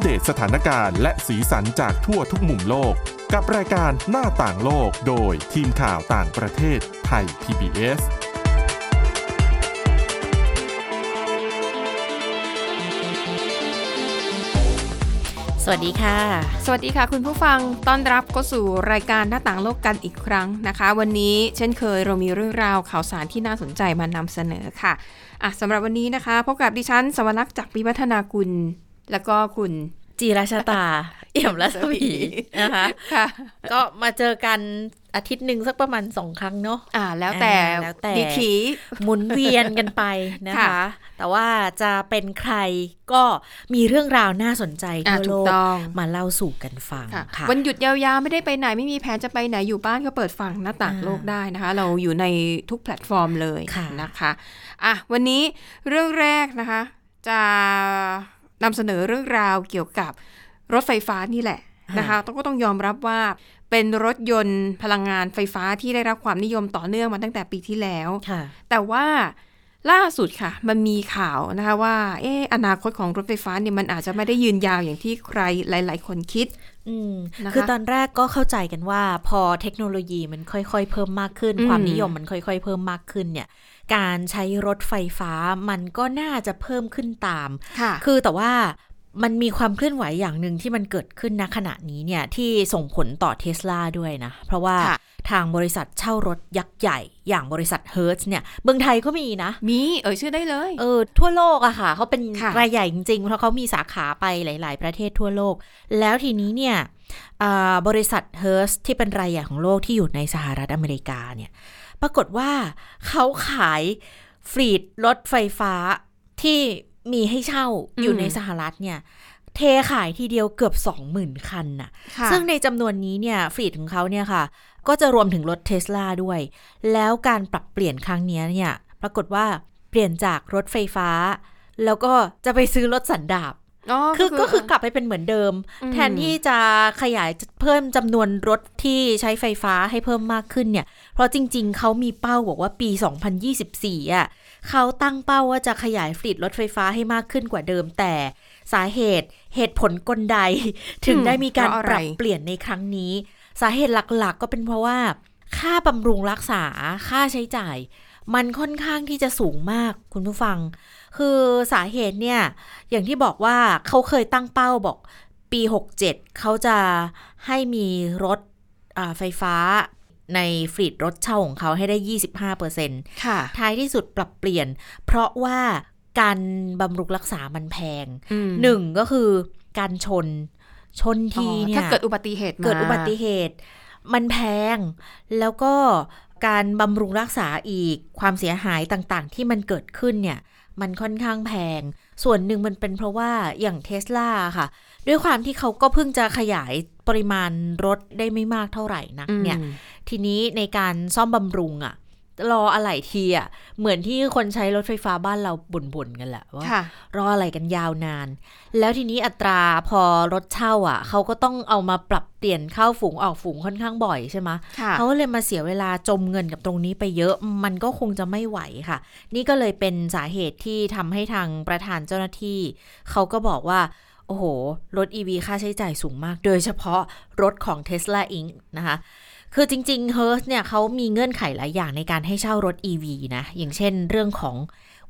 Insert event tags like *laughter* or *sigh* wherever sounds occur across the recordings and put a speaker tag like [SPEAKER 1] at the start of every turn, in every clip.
[SPEAKER 1] เดตสถานการณ์และสีสันจากทั่วทุกมุมโลก กับรายการหน้าต่างโลกโดยทีมข่าวต่างประเทศไทย PBS
[SPEAKER 2] สวัสดีค่ะ
[SPEAKER 3] สวัสดีค่ะ คุณผู้ฟังต้อนรับเข้าสู่รายการหน้าต่างโลกกันอีกครั้งนะคะ วันนี้เช่นเคยเรามีเรื่องราวข่าวสารที่น่าสนใจมานำเสนอค่ะอ่ะสำหรับวันนี้นะคะพบกับดิฉันสวรักษ์จากวิวัฒนากุล แล้วก็คุณ
[SPEAKER 2] จีราชาตา เอี่ยมรัศมีนะคะ
[SPEAKER 3] ค่ะ
[SPEAKER 2] ก็มาเจอกันอาทิตย์หนึ่งสักประมาณสองครั้งเนาะ
[SPEAKER 3] อ่าแล้วแต่
[SPEAKER 2] อ่าแล้วแต่
[SPEAKER 3] ดีถี
[SPEAKER 2] หมุนเวียนกันไปนะ
[SPEAKER 3] ค่ะ
[SPEAKER 2] คะ แต่ว่าจะเป็นใครก็มีเรื่องราวน่าสนใจ
[SPEAKER 3] อ่ะ
[SPEAKER 2] ทั่ว
[SPEAKER 3] ถู
[SPEAKER 2] โล
[SPEAKER 3] ก
[SPEAKER 2] ก
[SPEAKER 3] ต้อง
[SPEAKER 2] มาเล่าสู่กันฟัง
[SPEAKER 3] ค่ะ
[SPEAKER 2] ค่ะ
[SPEAKER 3] วันหยุดยาวๆไม่ได้ไปไหนไม่มีแผนจะไปไหนอยู่บ้านก็เปิดฟังหน้าต่าง
[SPEAKER 2] อ่า
[SPEAKER 3] โลกได้นะคะ เราอยู่ในทุกแพลตฟอร์มเลย
[SPEAKER 2] ค่ะ
[SPEAKER 3] นะคะอ่ะวันนี้เรื่องแรกนะคะ จะนำเสนอเรื่องราวเกี่ยวกับรถไฟฟ้านี่แหละนะคะต้องก็ต้องยอมรับว่าเป็นรถยนต์พลังงานไฟฟ้าที่ได้รับความนิยมต่อเนื่องมาตั้งแต่ปีที่แล้ว
[SPEAKER 2] ค่ะ
[SPEAKER 3] แต่ว่าล่าสุดค่ะ มันมีข่าวนะคะว่าเอออนาคตของรถไฟฟ้าเนี่ยมันอาจจะไม่ได้ยืนยาวอย่างที่ใครหลาย ๆ คนคิด
[SPEAKER 2] อืม
[SPEAKER 3] นะคะ
[SPEAKER 2] คือตอนแรกก็เข้าใจกันว่าพอเทคโนโลยีมันค่อยๆ เพิ่มมากขึ้น
[SPEAKER 3] อืม
[SPEAKER 2] ความนิยมมันค่อยๆ เพิ่มมากขึ้นเนี่ย การใช้รถไฟฟ้ามันก็น่าจะเพิ่มขึ้นตาม
[SPEAKER 3] ค่ะ
[SPEAKER 2] คือแต่ว่ามันมีความเคลื่อนไหวอย่างหนึ่งที่มันเกิดขึ้นณขณะนี้เนี่ยที่ส่งผลต่อเทสลาด้วยนะ เพราะว่า
[SPEAKER 3] ค่ะ
[SPEAKER 2] ทางบริษัทเช่ารถยักษ์ใหญ่ อย่างบริษัทเฮิร์ตซ์เนี่ยเมืองไทยก็มีนะ
[SPEAKER 3] มี เอ่ยชื่อได้เลย
[SPEAKER 2] เออทั่วโลกอะค่ะเขาเป็น
[SPEAKER 3] ค่ะ
[SPEAKER 2] รายใหญ่จริงๆ เพราะเขามีสาขาไปหลาย ๆ ประเทศทั่วโลก แล้วทีนี้เนี่ยอ่าบริษัทเฮิร์สที่เป็นรายใหญ่ของโลกที่อยู่ในสหรัฐอเมริกาเนี่ยปรากฏว่าเขาขายฟรีดรถไฟฟ้าที่มีให้เช่าอยู่ในสหรัฐเนี่ยเทขายทีเดียวเกือบ 20,000 คันน่ะ
[SPEAKER 3] ค่ะ
[SPEAKER 2] ซึ่งในจำนวนนี้เนี่ยฟรีดของเขาเนี่ยค่ะ ก็จะรวมถึงรถเทสลาด้วย แล้วการปรับเปลี่ยนครั้งเนี้ยเนี่ย ปรากฏว่าเปลี่ยนจากรถไฟฟ้า แล้วก็จะไปซื้อรถสันดาบ
[SPEAKER 3] อ๋อ
[SPEAKER 2] คือก็คือกลับไปเป็นเหมือนเดิม
[SPEAKER 3] อืม
[SPEAKER 2] แทนที่จะขยายเพิ่มจำนวนรถที่ใช้ไฟฟ้าให้เพิ่มมากขึ้นเนี่ย เพราะจริงๆ เขามีเป้าบอกว่าปี 2024อ่ะเขาตั้งเป้าว่าจะขยายฟลีตรถไฟฟ้าให้มากขึ้นกว่าเดิม แต่สาเหตุเหตุผลกลใด ถึงได้มีการ
[SPEAKER 3] เพราะอะ
[SPEAKER 2] ป
[SPEAKER 3] ไร
[SPEAKER 2] รับเปลี่ยนในครั้งนี้ สาเหตุหลักๆ ก็เป็นเพราะว่า ค่าบำรุงรักษาค่าใช้จ่าย มันค่อนข้างที่จะสูงมากคุณผู้ฟัง คือสาเหตุเนี่ย อย่างที่บอกว่าเขาเคยตั้งเป้าบอกปี 67 เขาจะให้มีรถอ่าไฟฟ้าในฟรีดรถเช่าของเขาให้ได้ 25%
[SPEAKER 3] ค่ะ
[SPEAKER 2] ท้ายที่สุดปรับเปลี่ยน เพราะว่าการบำรุงรักษามันแพง
[SPEAKER 3] อืม
[SPEAKER 2] หนึ่งก็คือการชนชน
[SPEAKER 3] อ๋อ
[SPEAKER 2] ทีเนี่ย
[SPEAKER 3] ถ้าเกิดอุบัติเหตุมา
[SPEAKER 2] เกิดอุบัติเหตุ มันแพง แล้วก็การบำรุงรักษาอีกความเสียหายต่างๆ ที่มันเกิดขึ้นเนี่ย มันค่อนข้างแพง ส่วนหนึ่งมันเป็นเพราะว่าอย่างเทสลาค่ะ ด้วยความที่เขาก็เพิ่งจะขยายปริมาณรถได้ไม่มากเท่าไหร่นัก
[SPEAKER 3] อืม
[SPEAKER 2] เนี่ย ทีนี้ในการซ่อมบำรุงอะรออะไหล่ทีอะเหมือนที่คนใช้รถไฟฟ้าบ้านเราบ่นๆกันแหละว่า
[SPEAKER 3] ค่ะ
[SPEAKER 2] รออะไรกันยาวนาน แล้วทีนี้อัตราพอรถเช่าอ่ะ เขาก็ต้องเอามาปรับเปลี่ยนเข้าฝูงออกฝูงค่อนข้างบ่อยใช่ไหมะ
[SPEAKER 3] ค่ะ
[SPEAKER 2] เขาเลยมาเสียเวลาจมเงินกับตรงนี้ไปเยอะ มันก็คงจะไม่ไหวค่ะ นี่ก็เลยเป็นสาเหตุที่ทำให้ทางประธานเจ้าหน้าที่ เขาก็บอกว่า โอ้โห รถ EV ค่าใช้จ่ายสูงมาก โดยเฉพาะรถของ Tesla Inc. นะคะ คือจริงๆ h e r ร์เนี่ยเขามีเงื่อนไขหลายอย่างในการให้เช่ารถ EV นะ อย่างเช่น เรื่องของ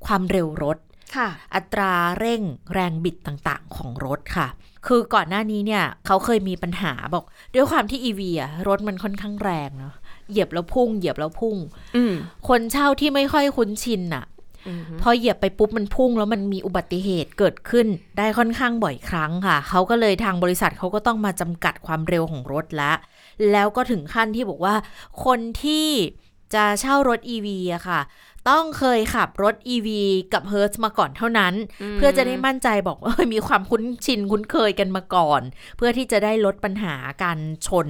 [SPEAKER 2] ความเร็วรถ
[SPEAKER 3] ค่ะ
[SPEAKER 2] อัตราเร่งแรงบิดต่างๆ ของรถค่ะ คือก่อนหน้านี้เนี่ยเขาเคยมีปัญหาบอก ด้วยความที่ EV อะรถมันค่อนข้างแรงเนาะ เหยียบแล้วพุ่ง เหยียบแล้วพุ่ง
[SPEAKER 3] อืม
[SPEAKER 2] คนเช่าที่ไม่ค่อยคุ้นชินอะ
[SPEAKER 3] อืม
[SPEAKER 2] พอเหยียบไปปุ๊บมันพุ่งแล้วมันมีอุบัติเหตุเกิดขึ้นได้ค่อนข้างบ่อยครั้งค่ะ เขาก็เลยทางบริษัทเขาก็ต้องมาจำกัดความเร็วของรถละ แล้วก็ถึงขั้นที่บอกว่า คนที่จะเช่ารถ EV อะค่ะ ต้องเคยขับรถ EV กับ h e r t z มาก่อนเท่านั้น เพื่อจะได้มั่นใจบอกว่าเอ้ยมี *laughs* ความคุ้นชินคุ้นเคยกันมาก่อน เพื่อที่จะได้ลดปัญหาการชน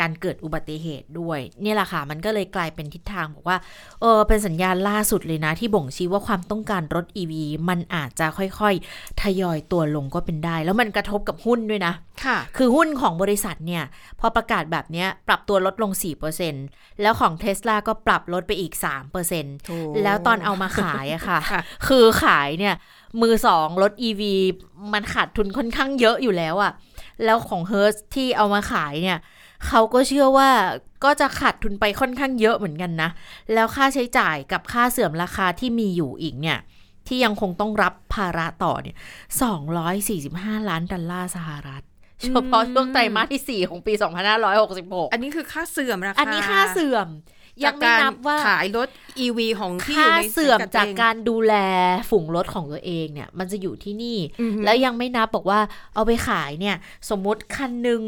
[SPEAKER 2] การเกิดอุบัติเหตุด้วย เนี่ยแหละค่ะ มันก็เลยกลายเป็นทิศทางบอกว่าเออเป็นสัญญาณล่าสุดเลยนะ ที่บ่งชี้ว่าความต้องการรถ EV มันอาจจะค่อยๆ ทยอยตัวลงก็เป็นได้ แล้วมันกระทบกับหุ้นด้วยนะ
[SPEAKER 3] ค่ะ
[SPEAKER 2] คือหุ้นของบริษัทเนี่ย พอประกาศแบบเนี้ยปรับตัวลดลง 4%แล้วของเทสลาก็ปรับลดไปอีก 3%
[SPEAKER 3] ถูก
[SPEAKER 2] แล้วตอนเอามาขายอะค่ะ
[SPEAKER 3] ค่ะ
[SPEAKER 2] คือขายเนี่ย มือสองรถ EV มันขาดทุนค่อนข้างเยอะอยู่แล้วอะแล้วของ h e r ร์ที่เอามาขายเนี่ยเขาก็เชื่อว่าก็จะขาดทุนไปค่อนข้างเยอะเหมือนกันนะ แล้วค่าใช้จ่ายกับค่าเสื่อมราคาที่มีอยู่อีกเนี่ย ที่ยังคงต้องรับภาระต่อเนี่ย245 ล้านดอลลาร์สหรัฐเฉพาะช่วงไตรมาสทีสี่ 4 ของปี 2566
[SPEAKER 3] อันนี้คือค่าเสื่อมราคา
[SPEAKER 2] อันนี้ค่าเสื่อม ยังไม่นับว่า
[SPEAKER 3] จกกรขายรถ EV ของที่อ
[SPEAKER 2] ค่า
[SPEAKER 3] ยู่ใน
[SPEAKER 2] เสื่อม
[SPEAKER 3] งด
[SPEAKER 2] จาก
[SPEAKER 3] เอง
[SPEAKER 2] การดูแลฝูงรถของตัวเองเนี่ย มันจะอยู่ที่นี่
[SPEAKER 3] อือฮึ
[SPEAKER 2] แล้วยังไม่นับบอกว่าเอาไปขายเนี่ย สมมติคันหนึ่ง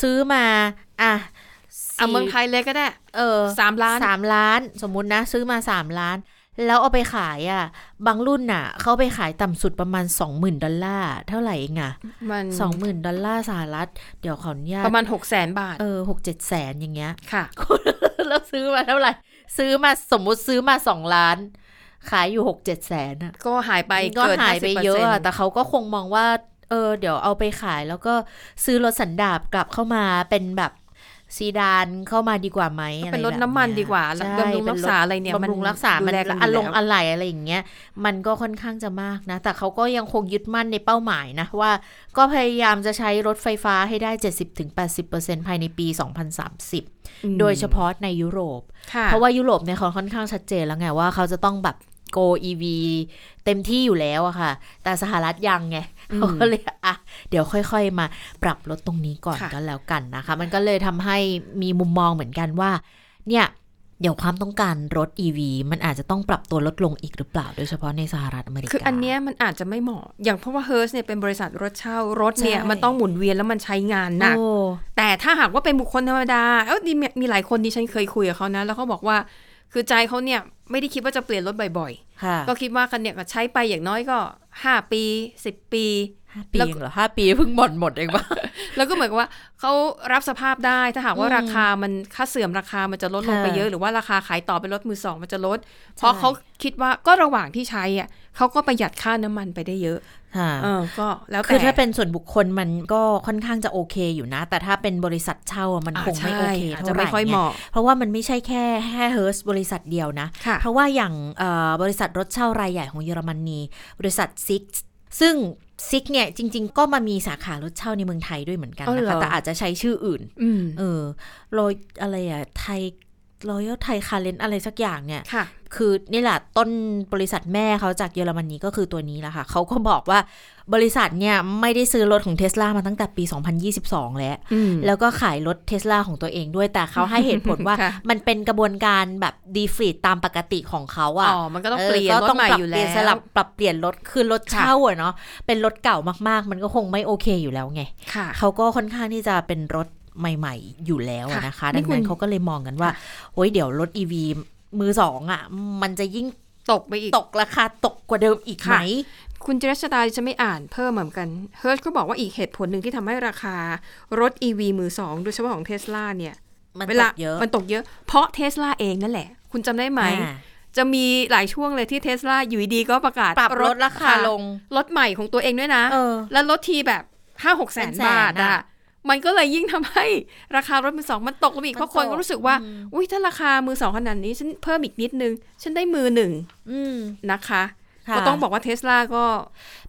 [SPEAKER 2] ซื้อมาอ่ะ
[SPEAKER 3] เอาเมืองไทยเลยก็ได้
[SPEAKER 2] เออ
[SPEAKER 3] สามล้าน
[SPEAKER 2] สามล้าน สมมตินะ ซื้อมาสามล้าน แล้วเอาไปขายอ่ะ บางรุ่นน่ะเขาไปขายต่ำสุดประมาณ 20,000 ดอลลาร์เท่าไหร่เองอ่ะ
[SPEAKER 3] มัน
[SPEAKER 2] 20,000 ดอลลาร์สหรัฐ เดี๋ยวขออนุญาต
[SPEAKER 3] ประมาณหกแสนบาท
[SPEAKER 2] เออหกเจ็ดแสนอย่างเงี้ *laughs* ย
[SPEAKER 3] ค่ะ
[SPEAKER 2] แล้วซื้อมาเท่าไหร่ ซื้อมาสมมุติซื้อมาสองล้าน ขายอยู่หกเจ็ดแสนอะ
[SPEAKER 3] ก็หายไป
[SPEAKER 2] ก็
[SPEAKER 3] เกิน
[SPEAKER 2] หายไป
[SPEAKER 3] 50%
[SPEAKER 2] เยอะอะแต่เขาก็คงมองว่า เออ เดี๋ยวเอาไปขายแล้วก็ซื้อรถสันดาปกลับเข้ามาเป็นแบบซีดานเข้ามาดีกว่าไหมอะไร
[SPEAKER 3] เป็นรถ
[SPEAKER 2] แบบ
[SPEAKER 3] น้ำมันดีกว่า
[SPEAKER 2] ใช่
[SPEAKER 3] บำรุงรักษาอะไรเนี่ย
[SPEAKER 2] บำรุงรักษา มัน
[SPEAKER 3] ดูแลกัน
[SPEAKER 2] อาร
[SPEAKER 3] ยู่
[SPEAKER 2] มณ์
[SPEAKER 3] แล้ว
[SPEAKER 2] อะไรอะไรอย่างเงี้ย มันก็ค่อนข้างจะมากนะ แต่เขาก็ยังคงยึดมั่นในเป้าหมายนะว่า ก็พยายามจะใช้รถไฟฟ้าให้ได้ 70-80%ภายในปี 2030 โดยเฉพาะในยุโรป
[SPEAKER 3] ค่
[SPEAKER 2] เพราะว่ายุโรปเนี่ยเขาค่อนข้างชัดเจนแล้วไงว่าเขาจะต้องแบบ go EV เต็มที่อยู่แล้วอะค่ะ แต่สหรัฐยังไงเขาก็เลยอ่ะเดี๋ยวค่อยๆมาปรับลดตรงนี้ก่อนก็แล้วกันนะคะ มันก็เลยทำให้มีมุมมองเหมือนกันว่า เนี่ย เดี๋ยวความต้องการรถ EV มันอาจจะต้องปรับตัวลดลงอีกหรือเปล่า โดยเฉพาะในสหรัฐอเมริกา
[SPEAKER 3] คืออันเนี้ยมันอาจจะไม่เหมาะ อย่างเพราะว่าเฮิร์สเนี่ยเป็นบริษัทรถเช่ารถเนี่ย
[SPEAKER 2] ใช่
[SPEAKER 3] มันต้องหมุนเวียนแล้วมันใช้งานหนัก
[SPEAKER 2] โอ้
[SPEAKER 3] แต่ถ้าหากว่าเป็นบุคคลธรรมดาเอ้านี่มีมีหลายคนดิฉันเคยคุยกับเขานะ แล้วเขาบอกว่า คือใจเขาเนี่ยไม่ได้คิดว่าจะเปลี่ยนรถบ่อย
[SPEAKER 2] ค่ะ
[SPEAKER 3] ๆ ก็คิดว่าคันเนี่ยก็ใช้ไปอย่างน้อยก็ 5 ปี 10 ปี
[SPEAKER 2] ห้าปีเองเหรอห้าปีเพิ่งหมดหมดเองปะ
[SPEAKER 3] แล้วก็เหมือนกับว่าเขารับสภาพได้ถ้าหากว่า
[SPEAKER 2] อืม
[SPEAKER 3] ราคามันค่าเสื่อมราคามันจะลดลงไป
[SPEAKER 2] ค่ะ
[SPEAKER 3] เยอะ หรือว่าราคาขายต่อเป็นรถมือสองมันจะลด เพ
[SPEAKER 2] ใช่
[SPEAKER 3] ราะเขาคิดว่าก็ระหว่างที่ใช้อ่ะเขาก็ประหยัดค่าน้ำมันไปได้เยอะ
[SPEAKER 2] ค่ะ
[SPEAKER 3] เออก็แล้วแต่
[SPEAKER 2] คือถ้าเป็นส่วนบุคคลมันก็ค่อนข้างจะโอเคอยู่นะ แต่ถ้าเป็นบริษัทเช่าอะมันคงไม่โอเค
[SPEAKER 3] าจ
[SPEAKER 2] เท่า
[SPEAKER 3] จะ
[SPEAKER 2] ไหร่
[SPEAKER 3] ไม่ค่อยเห
[SPEAKER 2] เนี่ย
[SPEAKER 3] มาะ
[SPEAKER 2] เพราะว่ามันไม่ใช่แค่แค่เฮิร์สบริษัทเดียวนะ
[SPEAKER 3] ค่ะ
[SPEAKER 2] เพราะว่าอย่างเอ่อบริษัทรถเช่ารายใหญ่ของเยอรมนีบริษัทซิกซึ่งซิกเนี่ยจริง ๆ ก็มามีสาขารถเช่าในเมืองไทยด้วยเหมือนกัน
[SPEAKER 3] อ๋อ
[SPEAKER 2] นะ
[SPEAKER 3] เหร
[SPEAKER 2] คะ
[SPEAKER 3] อ
[SPEAKER 2] แต่อาจจะใช้ชื่ออื่น
[SPEAKER 3] อืม
[SPEAKER 2] เออรอยอะไรอะไทยรอยไทยคาเลนอะไรสักอย่างเนี่ย
[SPEAKER 3] ค่ะ
[SPEAKER 2] คือนี่แหละต้นบริษัทแม่เขาจากเยอรมนีก็คือตัวนี้แหละค่ะ เขาก็บอกว่าบริษัทเนี่ยไม่ได้ซื้อรถของเทสลามาตั้งแต่ปี 2022 แล้ว
[SPEAKER 3] อืม
[SPEAKER 2] แล้วก็ขายรถเทสลาของตัวเองด้วย แต่เขาให้เหตุผลว่า
[SPEAKER 3] ค่ะ
[SPEAKER 2] มันเป็นกระบวนการแบบดีฟรีตามปกติของเขา
[SPEAKER 3] อ๋
[SPEAKER 2] อะ
[SPEAKER 3] อ มันก็ต้องเปลี่ยนรถใหม่
[SPEAKER 2] ก็ต้งปรับ
[SPEAKER 3] อยู่
[SPEAKER 2] เป
[SPEAKER 3] แล้ว
[SPEAKER 2] นสลับปรับเปลี่ยนรถคือรถ
[SPEAKER 3] ค่ะ
[SPEAKER 2] เช่าอะเนาะเป็นรถเก่ามากๆ มันก็คงไม่โอเคอยู่แล้วไง
[SPEAKER 3] ค่ะ
[SPEAKER 2] เขาก็ค่อนข้างที่จะเป็นรถใหม่ ๆ อยู่แล้วอะนะคะ
[SPEAKER 3] ค่ะ
[SPEAKER 2] ดังนั้
[SPEAKER 3] นี่คุ
[SPEAKER 2] น
[SPEAKER 3] ณ
[SPEAKER 2] เขาก็เลยมองกันว่าโอ้ยเดี๋ยวรถ EV มือสองอ่ะ มันจะยิ่ง
[SPEAKER 3] ตกไปอีก
[SPEAKER 2] ตกราคาตกกว่าเดิมอีกไหม
[SPEAKER 3] ค่ะ คุณเจรชดาจะไม่อ่านเพิ่มเหมือนกัน เฮิร์ชก็บอกว่าอีกเหตุผลหนึ่งที่ทำให้ราคารถ EV มือสองโดยเฉพาะของเทสลาเนี่ย
[SPEAKER 2] มัน
[SPEAKER 3] เว
[SPEAKER 2] ต
[SPEAKER 3] ลาก
[SPEAKER 2] เยอะ
[SPEAKER 3] มันตกเยอะ เพราะเทสลาเองนั่นแหละ คุณจำได้ไหม
[SPEAKER 2] อ่า
[SPEAKER 3] จะมีหลายช่วงเลยที่เทสลาอยู่ดีๆก็ประกาศ
[SPEAKER 2] ปรับลดราคาลง
[SPEAKER 3] รถใหม่ของตัวเองด้วยนะ
[SPEAKER 2] เออ
[SPEAKER 3] แล้วลดทีแบบห้าหกแส
[SPEAKER 2] เป็น
[SPEAKER 3] น
[SPEAKER 2] แสน
[SPEAKER 3] บาท
[SPEAKER 2] อะ
[SPEAKER 3] อ่ะ มันก็เลยยิ่งทำให้ *laughs* ราคารถมือสองมันตกลงอีก
[SPEAKER 2] มัน
[SPEAKER 3] เพราะคน
[SPEAKER 2] ตก
[SPEAKER 3] ก็รู้สึกว่า
[SPEAKER 2] อืม
[SPEAKER 3] อุ้ยถ้าราคามือสองขนาดนี้ ฉันเพิ่มอีกนิดนึง ฉันได้มือหนึ่ง
[SPEAKER 2] อืม
[SPEAKER 3] นะคะ
[SPEAKER 2] ค่ะ
[SPEAKER 3] ก็ต้องบอกว่าเทสลาก็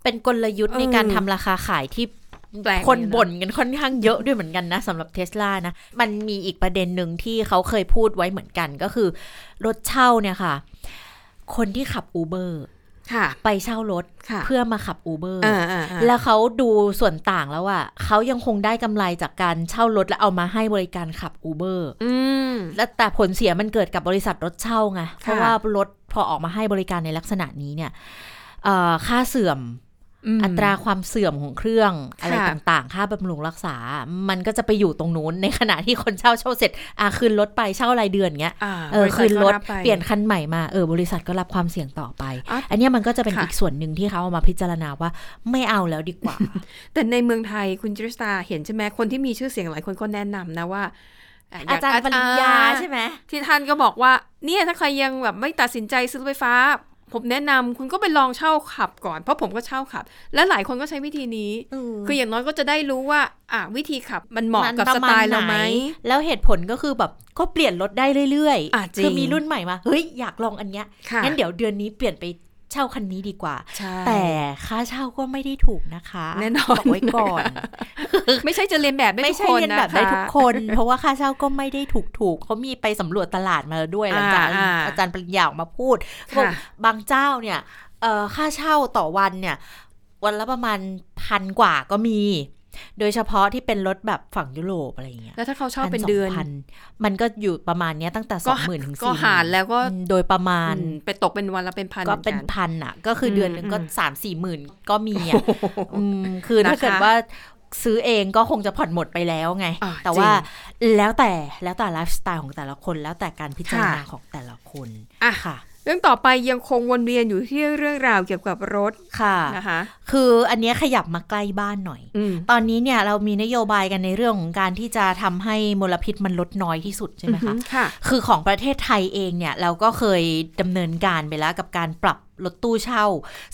[SPEAKER 2] เป็นกลยุทธ์ในการ
[SPEAKER 3] เออ
[SPEAKER 2] ทำราคาขายที่
[SPEAKER 3] แปลก
[SPEAKER 2] คน
[SPEAKER 3] อยู่ะ
[SPEAKER 2] บ่นกันค่อนข้างเยอะด้วยเหมือนกันนะสำหรับเทสลานะ มันมีอีกประเด็นหนึ่งที่เขาเคยพูดไว้เหมือนกันก็คือ รถเช่าเนี่ยค่ะ คนที่ขับอูเบอร์
[SPEAKER 3] ค่ะ
[SPEAKER 2] ไปเช่ารถ
[SPEAKER 3] ค่ะ
[SPEAKER 2] เพื่อมาขับอูเบอร์
[SPEAKER 3] อ่าอ่าอ่า
[SPEAKER 2] แล้วเขาดูส่วนต่างแล้วอะเขายังคงได้กำไรจากการเช่ารถและเอามาให้บริการขับอูเบอร์
[SPEAKER 3] อืม
[SPEAKER 2] และแต่ผลเสียมันเกิดกับบริษัทรถเช่าไง เพราะ
[SPEAKER 3] ค่ะ
[SPEAKER 2] ว่ารถพอออกมาให้บริการในลักษณะนี้เนี่ยเอ่อค่าเสื่อม
[SPEAKER 3] ม
[SPEAKER 2] อัตราความเสื่อมของเครื่องอะไร
[SPEAKER 3] ค่ะ
[SPEAKER 2] ต่างๆ ค่าบำรุงรักษา มันก็จะไปอยู่ตรงนู้นในขณะที่คนเช่าเช่าเสร็จอ่ะคืนรถไปเช่ารายเดือนเงี้ย
[SPEAKER 3] อ่า
[SPEAKER 2] เออบ
[SPEAKER 3] ษัท
[SPEAKER 2] คืนรถ
[SPEAKER 3] ก็บไ
[SPEAKER 2] เปลี่ยนคันใหม่มาเออบริษัทก็รับความเสี่ยงต่อไป
[SPEAKER 3] อ่ะ
[SPEAKER 2] อันเนี้ยมันก็จะเป็น
[SPEAKER 3] ค่ะ
[SPEAKER 2] อีกส่วนหนึ่งที่เขาเอามาพิจารณาว่าไม่เอาแล้วดีกว่า
[SPEAKER 3] แต่ในเมืองไทยคุณจิริตาเห็นใช่ไหมคนที่มีชื่อเสียงหลายคนก็แนะนำนะว่าะ
[SPEAKER 2] อาจารย์ปริญญา
[SPEAKER 3] อ่
[SPEAKER 2] ใช่ไหม
[SPEAKER 3] ที่ท่านก็บอกว่า เนี่ยถ้าใครยังแบบไม่ตัดสินใจซื้อรถไฟฟ้า ผมแนะนำคุณก็ไปลองเช่าขับก่อน เพราะผมก็เช่าขับ และหลายคนก็ใช้วิธีนี้ คืออย่างน้อยก็จะได้รู้ว่า อ่ะวิธีขับมันเหมาะกับสไตล์เราไหม
[SPEAKER 2] แล้วเหตุผลก็คือแบบก็เปลี่ยนรถได้เรื่อย
[SPEAKER 3] อ่ะจริง
[SPEAKER 2] คืมีรุ่นใหม่มา เฮ้ย อยากลองอันเนี้ย
[SPEAKER 3] ค่ะ
[SPEAKER 2] งั้นเดี๋ยวเดือนนี้เปลี่ยนไปเช่าคันนี้ดีกว่า
[SPEAKER 3] ใช่
[SPEAKER 2] แต่ค่าเช่าก็ไม่ได้ถูกนะคะ
[SPEAKER 3] แน่นอน
[SPEAKER 2] บอกไว้ก่อน
[SPEAKER 3] ไม่ใช่จะเรียนแบบ *laughs* ได้
[SPEAKER 2] ไม่
[SPEAKER 3] ทุก
[SPEAKER 2] ใช่
[SPEAKER 3] คน
[SPEAKER 2] เรียน
[SPEAKER 3] นะ
[SPEAKER 2] แบบได้ทุก
[SPEAKER 3] ะ
[SPEAKER 2] คน เพราะว่าค่าเช่าก็ไม่ได้ถูกถูกๆเขามีไปสำรวจตลาดมาแล้วด้วยหลังจาก
[SPEAKER 3] อ่าอ่า
[SPEAKER 2] อาจารย์ปริญญาออกมาพูด
[SPEAKER 3] ค่ะ
[SPEAKER 2] บอกบางเจ้าเนี่ยเอ่อค่าเช่าต่อวันเนี่ย วันละประมาณพันกว่าก็มี โดยเฉพาะที่เป็นรถแบบฝั่งยุโรปอะไรอย่างเงี้ย
[SPEAKER 3] แล้วถ้าเขาเช่าเป็นเดือน
[SPEAKER 2] 1,000-2,000มันก็อยู่ประมาณเนี้ยตั้งแต่ส
[SPEAKER 3] ก็
[SPEAKER 2] องหมื่นถึง
[SPEAKER 3] ก็
[SPEAKER 2] สี่
[SPEAKER 3] หารแล้วก็
[SPEAKER 2] โดยประมาณ
[SPEAKER 3] อืมไปตกเป็นวันละเป็นพัน
[SPEAKER 2] ก็
[SPEAKER 3] หมือ
[SPEAKER 2] เป็น
[SPEAKER 3] น
[SPEAKER 2] พันอ่ะ ก็คืออ
[SPEAKER 3] ม
[SPEAKER 2] เดือนหนึ่งก็
[SPEAKER 3] อืม
[SPEAKER 2] สามสี่หมื่นก็มี
[SPEAKER 3] โอ้
[SPEAKER 2] อ่ะ
[SPEAKER 3] โห
[SPEAKER 2] อืมคือถ้า
[SPEAKER 3] นะคะ
[SPEAKER 2] เกิดว่าซื้อเองก็คงจะผ่อนหมดไปแล้วไง
[SPEAKER 3] อ่า
[SPEAKER 2] แต่ว่าแล้วแต่แล้วแต่ไลฟ์สไตล์ของแต่ละคน แล้วแต่การพิจารณา
[SPEAKER 3] ค่ะ
[SPEAKER 2] ของแต่ละคน
[SPEAKER 3] อ่ะ
[SPEAKER 2] ค่ะ
[SPEAKER 3] เรื่องต่อไปยังคงวนเวียนอยู่ที่เรื่องราวเกี่ยวกับรถ
[SPEAKER 2] ค่ะ
[SPEAKER 3] นะคะ
[SPEAKER 2] คืออันเนี้ยขยับมาใกล้บ้านหน่อย
[SPEAKER 3] อืม
[SPEAKER 2] ตอนนี้เนี่ยเรามีนโยบายกันในเรื่องของการที่จะทำให้มลพิษมันลดน้อยที่สุดใช่ไหมคะ
[SPEAKER 3] อือค่ะ
[SPEAKER 2] คือของประเทศไทยเองเนี่ย เราก็เคยดำเนินการไปแล้วกับการปรับรถตู้เช่า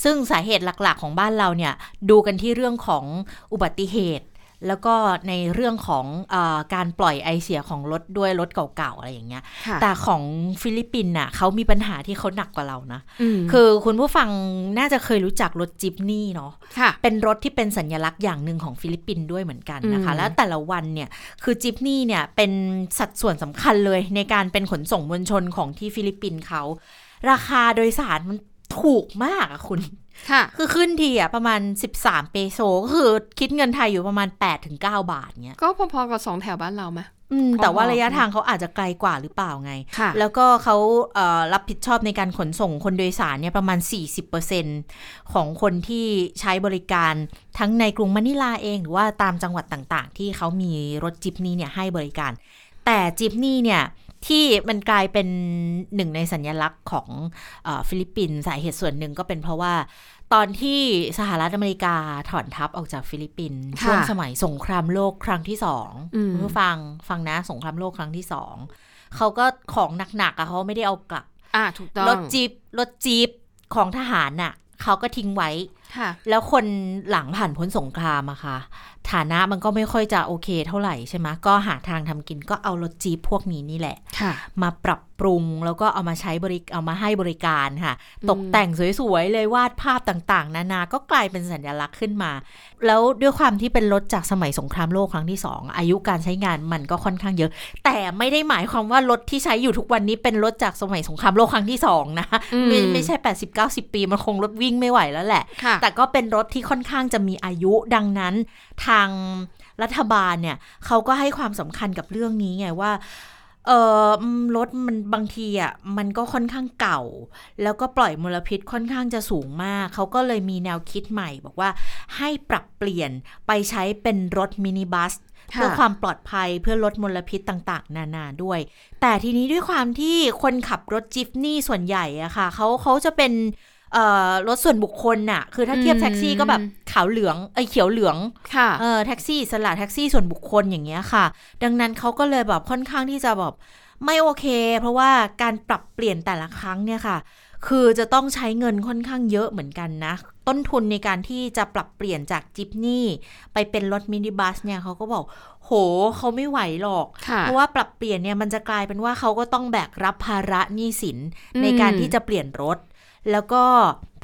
[SPEAKER 2] ซึ่งสาเหตุหลักๆของบ้านเราเนี่ย ดูกันที่เรื่องของอุบัติเหตุ แล้วก็ในเรื่องของเออการปล่อยไอเสียของรถด้วยรถเก่าๆ อะไรอย่างเงี้ย
[SPEAKER 3] ค่ะ
[SPEAKER 2] แต่ของฟิลิปปินส์น่ะเขามีปัญหาที่เขาหนักกว่าเรานะ
[SPEAKER 3] ม
[SPEAKER 2] คือคุณผู้ฟังน่าจะเคยรู้จักรถจิปนี่เนาะ
[SPEAKER 3] ค่ะ
[SPEAKER 2] เป็นรถที่เป็นสัญลักษณ์อย่างหนึ่งของฟิลิปปินส์ด้วยเหมือนกันนะคะ
[SPEAKER 3] อืม
[SPEAKER 2] และแต่ละวันเนี่ย คือจิปนี่เนี่ย เป็นสัดส่วนสำคัญเลยในการเป็นขนส่งมวลชนของที่ฟิลิปปินส์เขา ราคาโดยสารมันถูกมากอะคุณ
[SPEAKER 3] ค่ะ
[SPEAKER 2] คือขึ้นทีอะประมาณ 13 เปโซก็คือคิดเงินไทยอยู่ประมาณ 8-9 บาทเนี่ย
[SPEAKER 3] ก็พอๆกับสองแถวบ้านเราไหม
[SPEAKER 2] อืมแต่ว่า
[SPEAKER 3] อ๋อ
[SPEAKER 2] ระยะทางเขาอาจจะไกลกว่าหรือเปล่าไง
[SPEAKER 3] ค่ะ
[SPEAKER 2] แล้วก็เขาเอ่อรับผิดชอบในการขนส่งคนโดยสารเนี่ยประมาณ 40%ของคนที่ใช้บริการทั้งในกรุงมะนิลาเอง หรือว่าตามจังหวัดต่างๆ ที่เขามีรถจิปนี่เนี่ยให้บริการ แต่จิปนี่เนี่ย ที่มันกลายเป็นหนึ่งในสัญญลักษณ์ของเออฟิลิปปินส์สาเหตุส่วนหนึ่งก็เป็นเพราะว่า ตอนที่สหรัฐอเมริกาถอนทัพออกจากฟิลิปปินส์
[SPEAKER 3] ค่ะ
[SPEAKER 2] ช่วงสมัยสงครามโลกครั้งที่สอง
[SPEAKER 3] อืม
[SPEAKER 2] คุณผู้ฟังฟังนะสงครามโลกครั้งที่สอง เขาก็ของหนักๆอะเขาไม่ได้เอากลับ
[SPEAKER 3] อ่าถูกต้อง
[SPEAKER 2] รถจีบรถจีบของทหารน่ะเขาก็ทิ้งไว้
[SPEAKER 3] ค่ะ
[SPEAKER 2] แล้วคนหลังผ่านพ้นสงครามอะค่ะ ฐานะมันก็ไม่ค่อยจะโอเคเท่าไหร่ใช่ไหมก็หาทางทำกินก็เอารถจีบพวกนี้นี่แหละ
[SPEAKER 3] ค่ะ
[SPEAKER 2] มาปรับปรุงแล้วก็เอามาใช้บริเอามาให้บริการค่ะ
[SPEAKER 3] อืม
[SPEAKER 2] ตกแต่งสวยๆ เลยวาดภาพต่างๆ นานาก็กลายเป็นสัญลักษณ์ขึ้นมา แล้วด้วยความที่เป็นรถจากสมัยสงครามโลกครั้งที่ 2 อายุการใช้งานมันก็ค่อนข้างเยอะ แต่ไม่ได้หมายความว่ารถที่ใช้อยู่ทุกวันนี้เป็นรถจากสมัยสงครามโลกครั้งที่ 2 นะ
[SPEAKER 3] อื
[SPEAKER 2] ไม่ไม่ใช่ 80-90 ปีมันคงรถวิ่งไม่ไหวแล้วแหละ
[SPEAKER 3] ค่ะ
[SPEAKER 2] แต่ก็เป็นรถที่ค่อนข้างจะมีอายุดังนั้นทางรัฐบาลเนี่ยเขาก็ให้ความสำคัญกับเรื่องนี้ไงว่าเอออืมรถมันบางทีอ่ะมันก็ค่อนข้างเก่า แล้วก็ปล่อยมลพิษค่อนข้างจะสูงมาก เขาก็เลยมีแนวคิดใหม่ บอกว่าให้ปรับเปลี่ยนไปใช้เป็นรถมินิบัส
[SPEAKER 3] ค่ะ
[SPEAKER 2] เพื่อความปลอดภัยเพื่อลดมลพิษต่างๆ นานาด้วย แต่ทีนี้ด้วยความที่คนขับรถจิฟนี่ส่วนใหญ่อะค่ะเขาเขาจะเป็นเอ่อรถส่วนบุคคลน่ะ คือถ้าเทียบ
[SPEAKER 3] อืม
[SPEAKER 2] แท็กซี่ก็แบบขาวเหลืองเอ้ยเขียวเหลือง
[SPEAKER 3] ค่ะ
[SPEAKER 2] เออแท็กซี่อิสละแท็กซี่ส่วนบุคคลอย่างเงี้ยค่ะ ดังนั้นเขาก็เลยแบบค่อนข้างที่จะแบบไม่โอเค เพราะว่าการปรับเปลี่ยนแต่ละครั้งเนี่ยค่ะ คือจะต้องใช้เงินค่อนข้างเยอะเหมือนกันนะ ต้นทุนในการที่จะปรับเปลี่ยนจากจิปนี่ไปเป็นรถมินิบัสเนี่ยเขาก็บอก โหเขาไม่ไหวหรอก
[SPEAKER 3] ค่ะ
[SPEAKER 2] เพราะว่าปรับเปลี่ยนเนี่ยมันจะกลายเป็นว่าเขาก็ต้องแบกรับภาระหนี้สิน
[SPEAKER 3] อืม
[SPEAKER 2] ในการที่จะเปลี่ยนรถ แล้วก็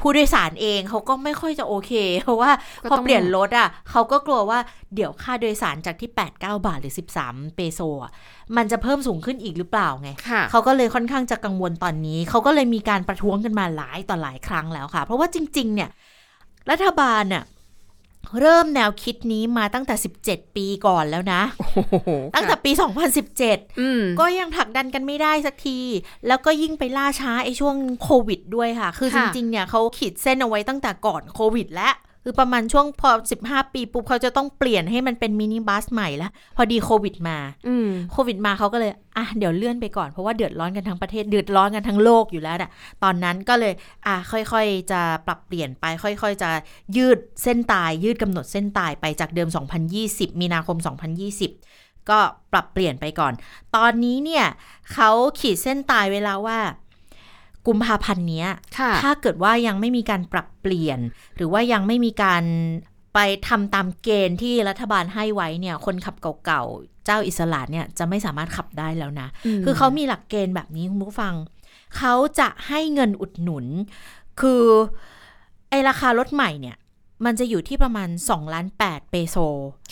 [SPEAKER 2] ผู้โดยสารเองเขาก็ไม่ค่อยจะโอเค เพราะว่าพอเปลี่ยนรถอ่ะเขาก็กลัวว่าเดี๋ยวค่าโดยสารจากที่ 8 9 บาทหรือ 13 เปโซอะมันจะเพิ่มสูงขึ้นอีกหรือเปล่าไง
[SPEAKER 3] ค่ะ
[SPEAKER 2] เขาก็เลยค่อนข้างจะกังวลตอนนี้ เขาก็เลยมีการประท้วงกันมาหลายต่อหลายครั้งแล้วค่ะ เพราะว่าจริง ๆ เนี่ย รัฐบาลน่ะเริ่มแนวคิดนี้มาตั้งแต่ 17 ปีก่อนแล้วนะ
[SPEAKER 3] โอ้โห
[SPEAKER 2] ตั้งแต่ปี 2017
[SPEAKER 3] อืม
[SPEAKER 2] ก็ยังผลักดันกันไม่ได้สักที แล้วก็ยิ่งไปล่าช้าไอ้ช่วงโควิดด้วยค่ะ คือจ
[SPEAKER 3] ค่ะ
[SPEAKER 2] ริง ๆ เนี่ยเขาขีดเส้นเอาไว้ตั้งแต่ก่อนโควิดแล้วคือประมาณช่วงพอ 15 ปีปุ๊บเขาจะต้องเปลี่ยนให้มันเป็นมินิบัสใหม่แล้วพอดีโควิดมา
[SPEAKER 3] อืม
[SPEAKER 2] โควิดมาเขาก็เลย อ่ะ เดี๋ยวเลื่อนไปก่อน เพราะว่าเดือดร้อนกันทั้งประเทศ เดือดร้อนกันทั้งโลกอยู่แล้วน่ะ ตอนนั้นก็เลย อ่ะ ค่อยๆ จะปรับเปลี่ยนไป ค่อยๆ จะยืดเส้นตาย ยืดกำหนดเส้นตายไปจากเดิม 2020 มีนาคม 2020 ก็ปรับเปลี่ยนไปก่อน ตอนนี้เนี่ยเขาขีดเส้นตายเวแลาว่า กุมภาพันธ์เนี้ย
[SPEAKER 3] ค่ะ
[SPEAKER 2] ถ้าเกิดว่ายังไม่มีการปรับเปลี่ยน หรือว่ายังไม่มีการไปทำตามเกณฑ์ที่รัฐบาลให้ไว้เนี่ยคนขับเก่าๆ เจ้าอิสระเนี่ยจะไม่สามารถขับได้แล้วนะ คือเขามีหลักเกณฑ์แบบนี้คุณผู้ฟัง เขาจะให้เงินอุดหนุน คือไอราคารถใหม่เนี่ย มันจะอยู่ที่ประมาณ2ล้าน8เปโซ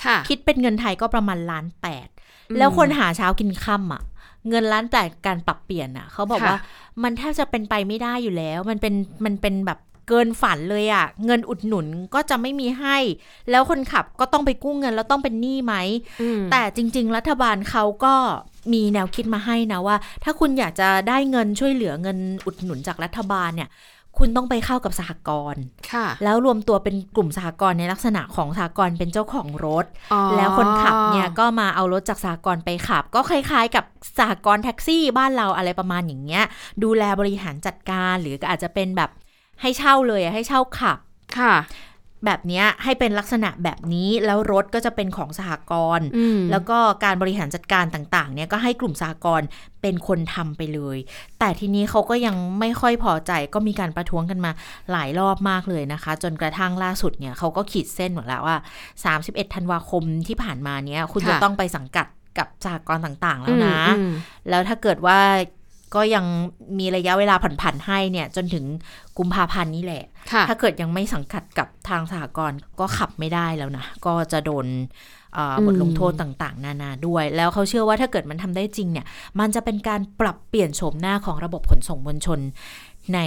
[SPEAKER 3] ค่ะ
[SPEAKER 2] คิดเป็นเงินไทยก็ประมาณล้านแปด
[SPEAKER 3] อืม
[SPEAKER 2] แล้วคนหาเช้ากินค่ำอ่ะ เงินล้านแปดการปรับเปลี่ยนอ่ะ เขาบอก
[SPEAKER 3] ค่ะ
[SPEAKER 2] ว่ามันแทบจะเป็นไปไม่ได้อยู่แล้ว มันเป็นมันเป็นแบบเกินฝันเลยอ่ะ เงินอุดหนุนก็จะไม่มีให้ แล้วคนขับก็ต้องไปกู้เงินแล้วต้องเป็นหนี้ไหม
[SPEAKER 3] อืม
[SPEAKER 2] แต่จริง ๆ รัฐบาลเขาก็มีแนวคิดมาให้นะว่า ถ้าคุณอยากจะได้เงินช่วยเหลือเงินอุดหนุนจากรัฐบาลเนี่ย คุณต้องไปเข้ากับสหกรณ์
[SPEAKER 3] ค่ะ
[SPEAKER 2] แล้วรวมตัวเป็นกลุ่มสหกรณ์ในลักษณะของสหกรณ์เป็นเจ้าของรถ
[SPEAKER 3] อ๋อ
[SPEAKER 2] แล้วคนขับเนี่ยก็มาเอารถจากสหกรณ์ไปขับ ก็คล้ายๆ กับสหกรณ์แท็กซี่บ้านเราอะไรประมาณอย่างเงี้ย ดูแลบริหารจัดการหรือก็อาจจะเป็นแบบให้เช่าเลยอะให้เช่าขับ
[SPEAKER 3] ค่ะ
[SPEAKER 2] แบบเนี้ยให้เป็นลักษณะแบบนี้แล้วรถก็จะเป็นของสหกรณ์
[SPEAKER 3] อืม
[SPEAKER 2] แล้วก็การบริหารจัดการต่างๆ เนี่ยก็ให้กลุ่มสากรณ์เป็นคนทำไปเลย แต่ทีนี้เขาก็ยังไม่ค่อยพอใจก็มีการประท้วงกันมาหลายรอบมากเลยนะคะ จนกระทั่งล่าสุดเนี่ยเขาก็ขีดเส้นหมดแล้วว่า 31 ธันวาคมที่ผ่านมาเนี่ยคุณจะต้องไปสังกัดกับสากรณ์ต่างๆ แล้วนะ
[SPEAKER 3] อืม
[SPEAKER 2] แล้วถ้าเกิดว่าก็ยังมีระยะเวลาผ่านๆให้เนี่ยจนถึงกุมภาพันธ์นี่แหละ
[SPEAKER 3] ค่ะ
[SPEAKER 2] ถ้าเกิดยังไม่สังกัดกับทางสหกรณ์ก็ขับไม่ได้แล้วนะ ก็จะโดนเอ่อ
[SPEAKER 3] อืม
[SPEAKER 2] บทลงโทษต่างๆ นานาด้วย แล้วเขาเชื่อว่าถ้าเกิดมันทำได้จริงเนี่ย มันจะเป็นการปรับเปลี่ยนโฉมหน้าของระบบขนส่งมวลชนใน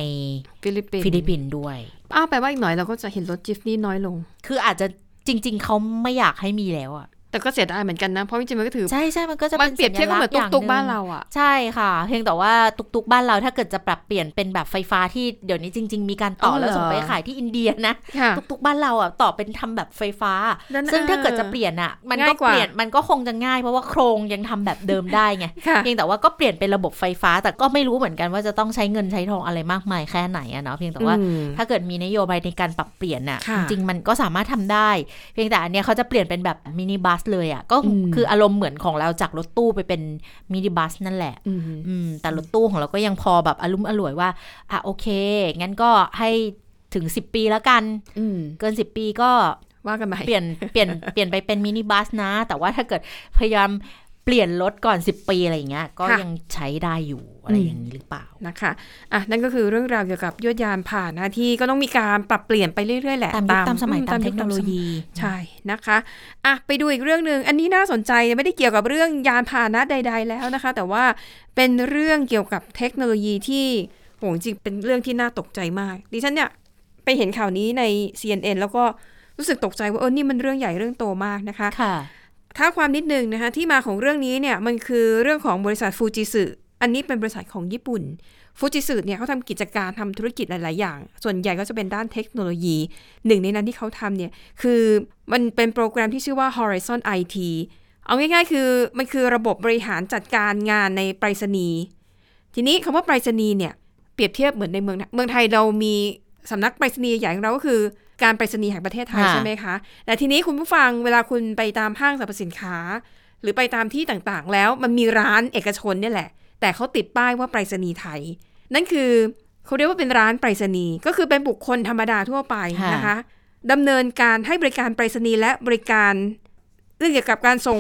[SPEAKER 3] ฟิลิปปินส์
[SPEAKER 2] ฟิลิปปินส์ด้วย
[SPEAKER 3] อ้าวแปลว่าอีกหน่อยเราก็จะเห็นรถจิฟนี่น้อยลง
[SPEAKER 2] คืออาจจะจริง ๆ เขาไม่อยากให้มีแล้วอ่ะ
[SPEAKER 3] แต่ก็เสียดายเหมือนกันนะ เพราะจริงๆมันก็ถือ
[SPEAKER 2] ใช่ใช่มันก็จะ
[SPEAKER 3] มัน
[SPEAKER 2] เป็น
[SPEAKER 3] เปรียบเทียบก็เหมือน
[SPEAKER 2] สัลัษณ์
[SPEAKER 3] ตุก
[SPEAKER 2] อย่งห
[SPEAKER 3] ๆ
[SPEAKER 2] ง
[SPEAKER 3] บ้านเราอ่ะ
[SPEAKER 2] ใช่ค่ะ เพียงแต่ว่าตุกๆบ้านเราถ้าเกิดจะปรับเปลี่ยนเป็นแบบไฟฟ้าที่เดี๋ยวนี้จริง ๆ มีการต่ออ
[SPEAKER 3] อเหรอ
[SPEAKER 2] แล้วส่งไปขายที่อินเดียนะ
[SPEAKER 3] ค่ะ
[SPEAKER 2] ตุกๆบ้านเราอ่ะต่อเป็นทำแบบไฟฟ้า
[SPEAKER 3] นั่น
[SPEAKER 2] ซึ่งถ้า
[SPEAKER 3] เออ
[SPEAKER 2] เกิดจะเปลี่ยนอ่ะ มันก็
[SPEAKER 3] ง่ายกว่า
[SPEAKER 2] เปลี่ยนมันก็คงจะง่ายเพราะว่าโครงยังทำแบบเดิมได้ไง
[SPEAKER 3] ค่ะ
[SPEAKER 2] เพียงแต่ว่าก็เปลี่ยนเป็นระบบไฟฟ้า แต่ก็ไม่รู้เหมือนกันว่าจะต้องใช้เงินใช้ทองอะไรมากมายแค่ไหนอะเนาะเพียงแต่ว่าถ้าเกิดมีนโยบายในการปรับเปลี่ยนน่ะ
[SPEAKER 3] ค่ะ
[SPEAKER 2] จริงๆมันก็สามารถทำได้ เพียงแต่อันเนี้ยเขาจะเปลี่ยนเป็นแบบมินิบัสเลยอะก็
[SPEAKER 3] อืม
[SPEAKER 2] คืออารมณ์เหมือนของเราจากรถตู้ไปเป็นมินิบัสนั่นแหละ
[SPEAKER 3] อืม
[SPEAKER 2] อืมแต่รถตู้ของเราก็ยังพอแบบอารมณ์อร่วยว่า อ่ะโอเค งั้นก็ให้ถึง 10 ปีแล้วกัน
[SPEAKER 3] อืม
[SPEAKER 2] เกิน 10 ปีก็
[SPEAKER 3] ว่ากันใหม่
[SPEAKER 2] เปลี่ยน เปลี่ยน เปลี่ยนไปเป็นมินิบัสนะ แต่ว่าถ้าเกิดพยายามเปลี่ยนรถก่อน 10 ปีอะไรอย่างเงี้ย ก็ยังใช้ได้อยู่อะไรอย่างนี้หรือเปล่า
[SPEAKER 3] นะคะ อ่ะ นั่นก็คือเรื่องราวเกี่ยวกับยวดยานผ่านนะที่ก็ต้องมีการปรับเปลี่ยนไปเรื่อยๆแหละ
[SPEAKER 2] ตามยุคตามสมัย
[SPEAKER 3] อื
[SPEAKER 2] ตามเทคโนโล
[SPEAKER 3] ยุ
[SPEAKER 2] ยี
[SPEAKER 3] ใช่นะคะ อ่ะ ไปดูอีกเรื่องหนึ่ง อันนี้น่าสนใจไม่ได้เกี่ยวกับเรื่องยานพาหนะใด ๆ แล้วนะคะ แต่ว่าเป็นเรื่องเกี่ยวกับเทคโนโลยีที่โหจริงๆเป็นเรื่องที่น่าตกใจมาก ดิฉันเนี่ยไปเห็นข่าวนี้ใน CNN แล้วก็รู้สึกตกใจว่าเออนี่มันเรื่องใหญ่เรื่องโตมากนะคะ
[SPEAKER 2] ค่ะ
[SPEAKER 3] ท้าความนิดนึงนะคะที่มาของเรื่องนี้เนี่ยมันคือเรื่องของบริษัทฟูจิสึอันนี้เป็นบริษัทของญี่ปุ่นฟูจิสึเนี่ยเขาทำกิจการทำธุรกิจหลาย ๆ อย่าง ส่วนใหญ่ก็จะเป็นด้านเทคโนโลยี หนึ่งในนั้นที่เขาทำเนี่ยคือมันเป็นโปรแกรมที่ชื่อว่า Horizon IT เอาง่ายๆ คือมันคือระบบบริหารจัดการงานในไปรษณีย์ทีนี้คำว่าไปรษณีย์เนี่ยเปรียบเทียบเหมือนในเมืองเมืองไทยเรามีสำนักไปรษณีย์ใหญ่ของเราก็คือการไปรษณีย์แห่งประเทศไทย
[SPEAKER 2] ค่ะ
[SPEAKER 3] ใช่ไหมคะ แต่ทีนี้คุณผู้ฟังเวลาคุณไปตามห้างสรรพสินค้า หรือไปตามที่ต่างๆ แล้วมันมีร้านเอกชนเนี่ยแหละ แต่เขาติดป้ายว่าไปรษณีย์ไทย นั่นคือเขาเรียกว่าเป็นร้านไปรษณีย์ก็คือเป็นบุคคลธรรมดาทั่วไป
[SPEAKER 2] ค่ะ
[SPEAKER 3] นะคะดำเนินการให้บริการไปรษณีย์และบริการเรื่องเกี่ยวกับการส่ง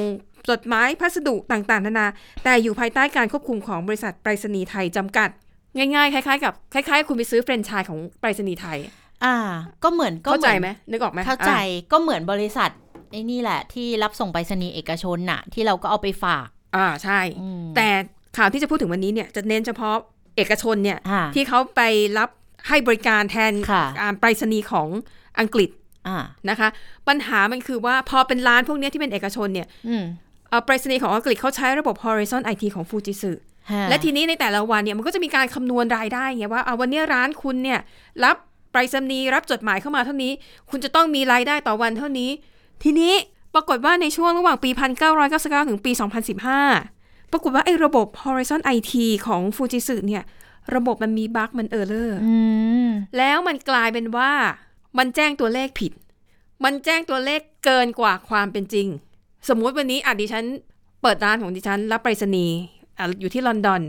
[SPEAKER 3] จดหมายพัสดุต่างๆนานาแต่อยู่ภายใต้การควบคุมของบริษัทไปรษณีย์ไทยจำกัด ง่ายๆคล้ายๆกับคล้ายๆ คุณไปซื้อแฟรนไชส์ของไปรษณีย์ไทย
[SPEAKER 2] อ่า ก็เหมือนก็
[SPEAKER 3] เข้า
[SPEAKER 2] เมื
[SPEAKER 3] ใจ
[SPEAKER 2] อน
[SPEAKER 3] ไหมนึกออกไหม
[SPEAKER 2] เข้าใจ
[SPEAKER 3] อ่ะ
[SPEAKER 2] ก็เหมือนบริษัทไอ้นี่แหละ ที่รับส่งไปรษณีย์เอกชนน่ะ ที่เราก็เอาไปฝาก
[SPEAKER 3] อ่าใช่
[SPEAKER 2] อืม
[SPEAKER 3] แต่ข่าวที่จะพูดถึงวันนี้เนี่ยจะเน้นเฉพาะเอกชนเนี่ย
[SPEAKER 2] อ่า
[SPEAKER 3] ที่เขาไปรับให้บริการแทน
[SPEAKER 2] ค่ะ
[SPEAKER 3] การไปรษณีย์ของอังกฤษ
[SPEAKER 2] อ่า
[SPEAKER 3] นะคะ ปัญหามันคือว่าพอเป็นร้านพวกเนี้ยที่เป็นเอกชนเนี่ย
[SPEAKER 2] อืม
[SPEAKER 3] เอ่อไปรษณีย์ของอังกฤษเขาใช้ระบบ Horizon IT ของฟูจิสึ
[SPEAKER 2] ฮ
[SPEAKER 3] และทีนี้ในแต่ละวันเนี่ยมันก็จะมีการคำนวณรายได้ไงว่าอ่ะวันเนี้ยร้านคุณเนี่ยรับไปรษณีย์รับจดหมายเข้ามาเท่านี้ คุณจะต้องมีรายได้ต่อวันเท่านี้ ทีนี้ปรากฏว่าในช่วงระหว่างปี 1999 ถึงปี 2015 ปรากฏว่าไอ้ระบบ Horizon IT ของฟูจิสึเนี่ย ระบบมันมีบั๊กมันเออร์เลอร์
[SPEAKER 2] อืม
[SPEAKER 3] แล้วมันกลายเป็นว่ามันแจ้งตัวเลขผิด มันแจ้งตัวเลขเกินกว่าความเป็นจริง สมมุติวันนี้อ่ะดิฉัน เปิดร้านของดิฉันรับไปรษณีย์อ่ะอยู่ที่ลอนดอน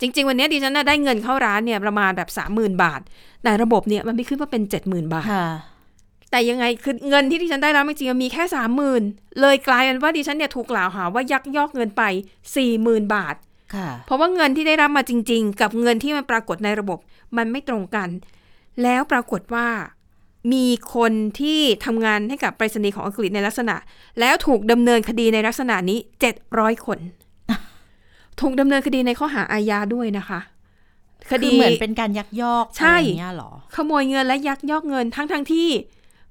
[SPEAKER 3] จริง ๆ วันนี้ดิฉันน่ะได้เงินเข้าร้านเนี่ยประมาณแบบ30,000 บาท แต่ระบบเนี่ยมันไม่ขึ้นว่าเป็น 70,000 บาท
[SPEAKER 2] ค่ะ
[SPEAKER 3] แต่ยังไงคือเงินที่ดิฉันได้รับจริงๆมันมีแค่สามหมื่นเลยกลายเป็นว่าดิฉันเนี่ยถูกกล่าวหาว่ายักยอกเงินไปสี่หมื่นบาท
[SPEAKER 2] ค่ะ
[SPEAKER 3] เพราะว่าเงินที่ได้รับมาจริง ๆ กับเงินที่มันปรากฏในระบบมันไม่ตรงกัน แล้วปรากฏว่ามีคนที่ทำงานให้กับไปรษณีย์ของอังกฤษในลักษณะ แล้วถูกดำเนินคดีในลักษณะนี้ 700 คน
[SPEAKER 2] *laughs*
[SPEAKER 3] ถูกดำเนินคดีในข้อหาอาญาด้วยนะคะ ค
[SPEAKER 2] คือ
[SPEAKER 3] ดี
[SPEAKER 2] เหมือนเป็นการยักยอก
[SPEAKER 3] ใช่
[SPEAKER 2] อะไรอย่างเงี้ยเหรอ
[SPEAKER 3] ขโมยเงินและยักยอกเงินทั้งทั้งๆที่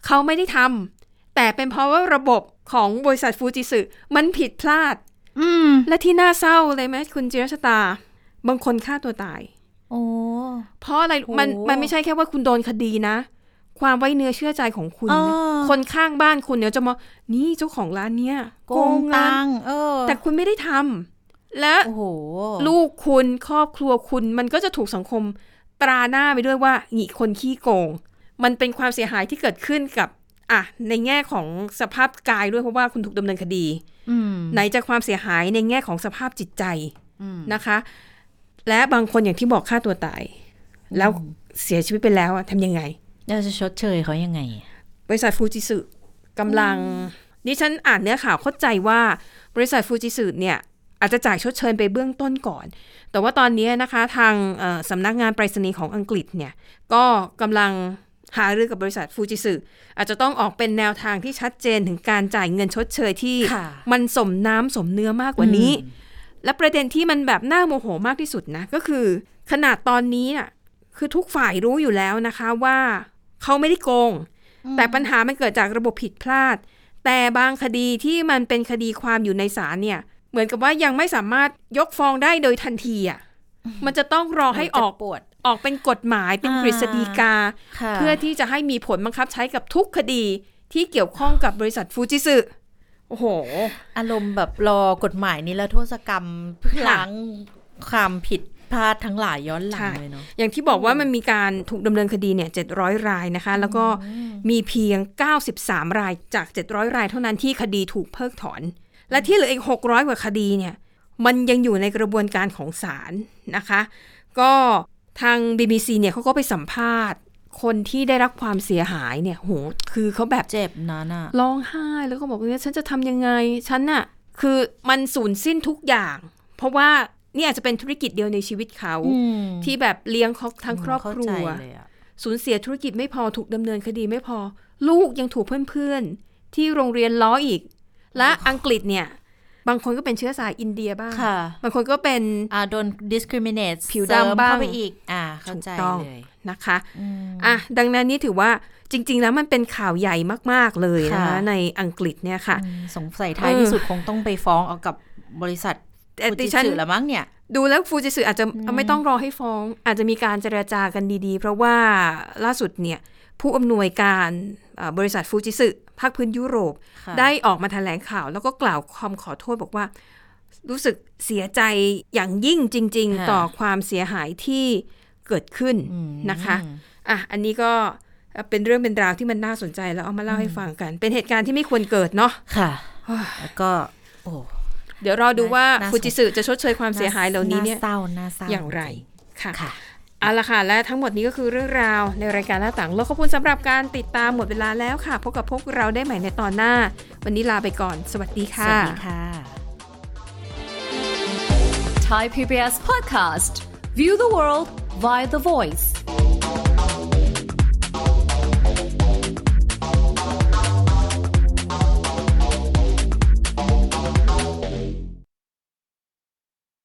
[SPEAKER 3] เขาไม่ได้ทำแต่เป็นเพราะว่าระบบของบริษัทฟูจิสึมันผิดพลาด
[SPEAKER 2] อืม
[SPEAKER 3] และที่น่าเศร้าเลยไหมคุณจิรชตา บางคนฆ่าตัวตาย
[SPEAKER 2] โอ้
[SPEAKER 3] เพราะอะไร
[SPEAKER 2] โห
[SPEAKER 3] มันมันไม่ใช่แค่ว่าคุณโดนคดีนะ ความไว้เนื้อเชื่อใจของคุณนะ
[SPEAKER 2] อ่า
[SPEAKER 3] คนข้างบ้านคุณเนี่ยจะมานี่เจ้าของร้านเนี้ย
[SPEAKER 2] โกงตังค์เออ
[SPEAKER 3] แต่คุณไม่ได้ทำและ
[SPEAKER 2] โอ้โห
[SPEAKER 3] ลูกคุณครอบครัวคุณมันก็จะถูกสังคมตราหน้าไปด้วยว่าหงีคนขี้โกง มันเป็นความเสียหายที่เกิดขึ้นกับ อ่ะ ในแง่ของสภาพกายด้วยเพราะว่าคุณถูกดำเนินคดี
[SPEAKER 2] อืม
[SPEAKER 3] ไหนจะความเสียหายในแง่ของสภาพจิตใจ
[SPEAKER 2] อืม
[SPEAKER 3] นะคะ และบางคนอย่างที่บอกฆ่าตัวตาย แล้วเสียชีวิตไปแล้วอะทำยังไง
[SPEAKER 2] เราจะชดเชยเขายังไง
[SPEAKER 3] บริษัทฟูจิสึกำลังนี่ฉันอ่านเนื้อข่าวเข้าใจว่าบริษัทฟูจิสึเนี่ยอาจจะจ่ายชดเชยไปเบื้องต้นก่อน แต่ว่าตอนนี้นะคะทางเอ่อสำนักงานไปรษณีย์ของอังกฤษเนี่ยก็กำลังหารือกับบริษัทฟูจิสึอาจจะต้องออกเป็นแนวทางที่ชัดเจนถึงการจ่ายเงินชดเชยที่
[SPEAKER 2] ค่ะ
[SPEAKER 3] มันสมน้ำสมเนื้อมากกว่านี้ และประเด็นที่มันแบบน่าโมโหมากที่สุดนะ ก็คือ ขนาดตอนนี้น่ะคือทุกฝ่ายรู้อยู่แล้วนะคะว่าเขาไม่ได้โกง แต่ปัญหามันเกิดจากระบบผิดพลาด แต่บางคดีที่มันเป็นคดีความอยู่ในศาลเนี่ย เหมือนกับว่ายังไม่สามารถยกฟ้องได้โดยทันทีอ่ะมันจะต้องรอให้ออก
[SPEAKER 2] เจ็บปวด
[SPEAKER 3] ออกเป็นกฎหมายเป็น
[SPEAKER 2] อ่าก ก
[SPEAKER 3] ฤษฎีกา
[SPEAKER 2] ค่ะ
[SPEAKER 3] เพื่อที่จะให้มีผลบังคับใช้กับทุกคดีที่เกี่ยวข้องกับบริษัทฟูจิสึโอ้โห
[SPEAKER 2] อารมณ์แบบรอกฎหมายนิรโทษกรรมเพื่อ
[SPEAKER 3] ค่ะ
[SPEAKER 2] ล้างความผิดพลาดทั้งหลายย้อนหลัง
[SPEAKER 3] ใช่
[SPEAKER 2] เลยเนาะ
[SPEAKER 3] อย่างที่บอกว่ามันมีการถูกดำเนินคดีเนี่ย700 รายนะคะ แล้วก็มีเพียง 93 รายจาก 700 รายเท่านั้นที่คดีถูกเพิกถอน และที่เหลืออีก 600 กว่าคดีเนี่ย มันยังอยู่ในกระบวนการของศาลนะคะ ก็ทาง BBC เนี่ยเขาก็ไปสัมภาษณ์ คนที่ได้รับความเสียหายเนี่ยโหคือเขาแบบ
[SPEAKER 2] เจ็บนะน่ะ
[SPEAKER 3] ร้องไห้แล้วก็บอกว่าเนี่ยฉันจะทำยังไง ฉันน่ะ คือมันสูญสิ้นทุกอย่าง เพราะว่านี่อาจจะเป็นธุรกิจเดียวในชีวิตเขา
[SPEAKER 2] อืม
[SPEAKER 3] ที่แบบเลี้ยงเขาทั้งครอบครัว
[SPEAKER 2] เข้าใจเลยอะ
[SPEAKER 3] สูญเสียธุรกิจไม่พอถูกดำเนินคดีไม่พอ ลูกยังถูกเพื่อนๆ ที่โรงเรียนล้ออีก และอังกฤษเนี่ย บางคนก็เป็นเชื้อสายอินเดียบ้าง
[SPEAKER 2] ค่ะ
[SPEAKER 3] บางคนก็เป็น
[SPEAKER 2] อ่าโดน discriminate
[SPEAKER 3] ผิว
[SPEAKER 2] เสริม
[SPEAKER 3] ดำบ้าง
[SPEAKER 2] เข้าไปอีก อ่า เข้าใจ
[SPEAKER 3] ถูกต้อง
[SPEAKER 2] เลย
[SPEAKER 3] นะคะ
[SPEAKER 2] อืม
[SPEAKER 3] อ่ะดังนั้นนี่ถือว่าจริง ๆ แล้วมันเป็นข่าวใหญ่มากๆเลยนะคะ
[SPEAKER 2] ค่ะ
[SPEAKER 3] ในอังกฤษเนี่ยค่ะ
[SPEAKER 2] อืมสงสัยท้าย
[SPEAKER 3] เออ
[SPEAKER 2] ที่สุดคงต้องไปฟ้องเอากับบริษัท
[SPEAKER 3] แต่
[SPEAKER 2] ฟู
[SPEAKER 3] ดิ
[SPEAKER 2] จิ
[SPEAKER 3] ฉัน
[SPEAKER 2] สึละมั้งเนี่ย
[SPEAKER 3] ดูแล้วฟูจิสึอาจจะไม่ต้องรอให้ฟ้อง อาจจะมีการเจรจากันดีๆ เพราะว่าล่าสุดเนี่ย ผู้อำนวยการเอ่อบริษัทฟูจิสึภาคพื้นยุโรป
[SPEAKER 2] ค่ะ
[SPEAKER 3] ได้ออกมาแถลงข่าว แล้วก็กล่าวคำขอโทษบอกว่า รู้สึกเสียใจอย่างยิ่งจริง
[SPEAKER 2] ค่ะ
[SPEAKER 3] ๆ ต่อความเสียหายที่เกิดขึ้น
[SPEAKER 2] อืม
[SPEAKER 3] นะคะอ่ะอันนี้ก็เป็นเรื่องเป็นราวที่มันน่าสนใจแล้วเอามาเล่าให้ฟังกัน เป็นเหตุการณ์ที่ไม่ควรเกิดเนาะ
[SPEAKER 2] ค่ะ แล้วก็ โอ้
[SPEAKER 3] เดี๋ยวรอดูว่า
[SPEAKER 2] น่าสน
[SPEAKER 3] ฟูจิสึจะชดเชยความเสียหายเหล่านี้เนี่ย
[SPEAKER 2] เศร้าน่าเศร้า
[SPEAKER 3] อย่างไรค่ะ
[SPEAKER 2] ค่ะ
[SPEAKER 3] เอาละค่ะ และทั้งหมดนี้ก็คือเรื่องราวในรายการหน้าต่างโลกขอบคุณสำหรับการติดตามหมดเวลาแล้วค่ะ พบกับพวกเราได้ใหม่ในตอนหน้า วันนี้ลาไปก่อน สวัสดี
[SPEAKER 2] ส
[SPEAKER 3] ค่ะ
[SPEAKER 2] วัสดีค่ะ
[SPEAKER 4] Thai PBS podcast. View the world via the voice.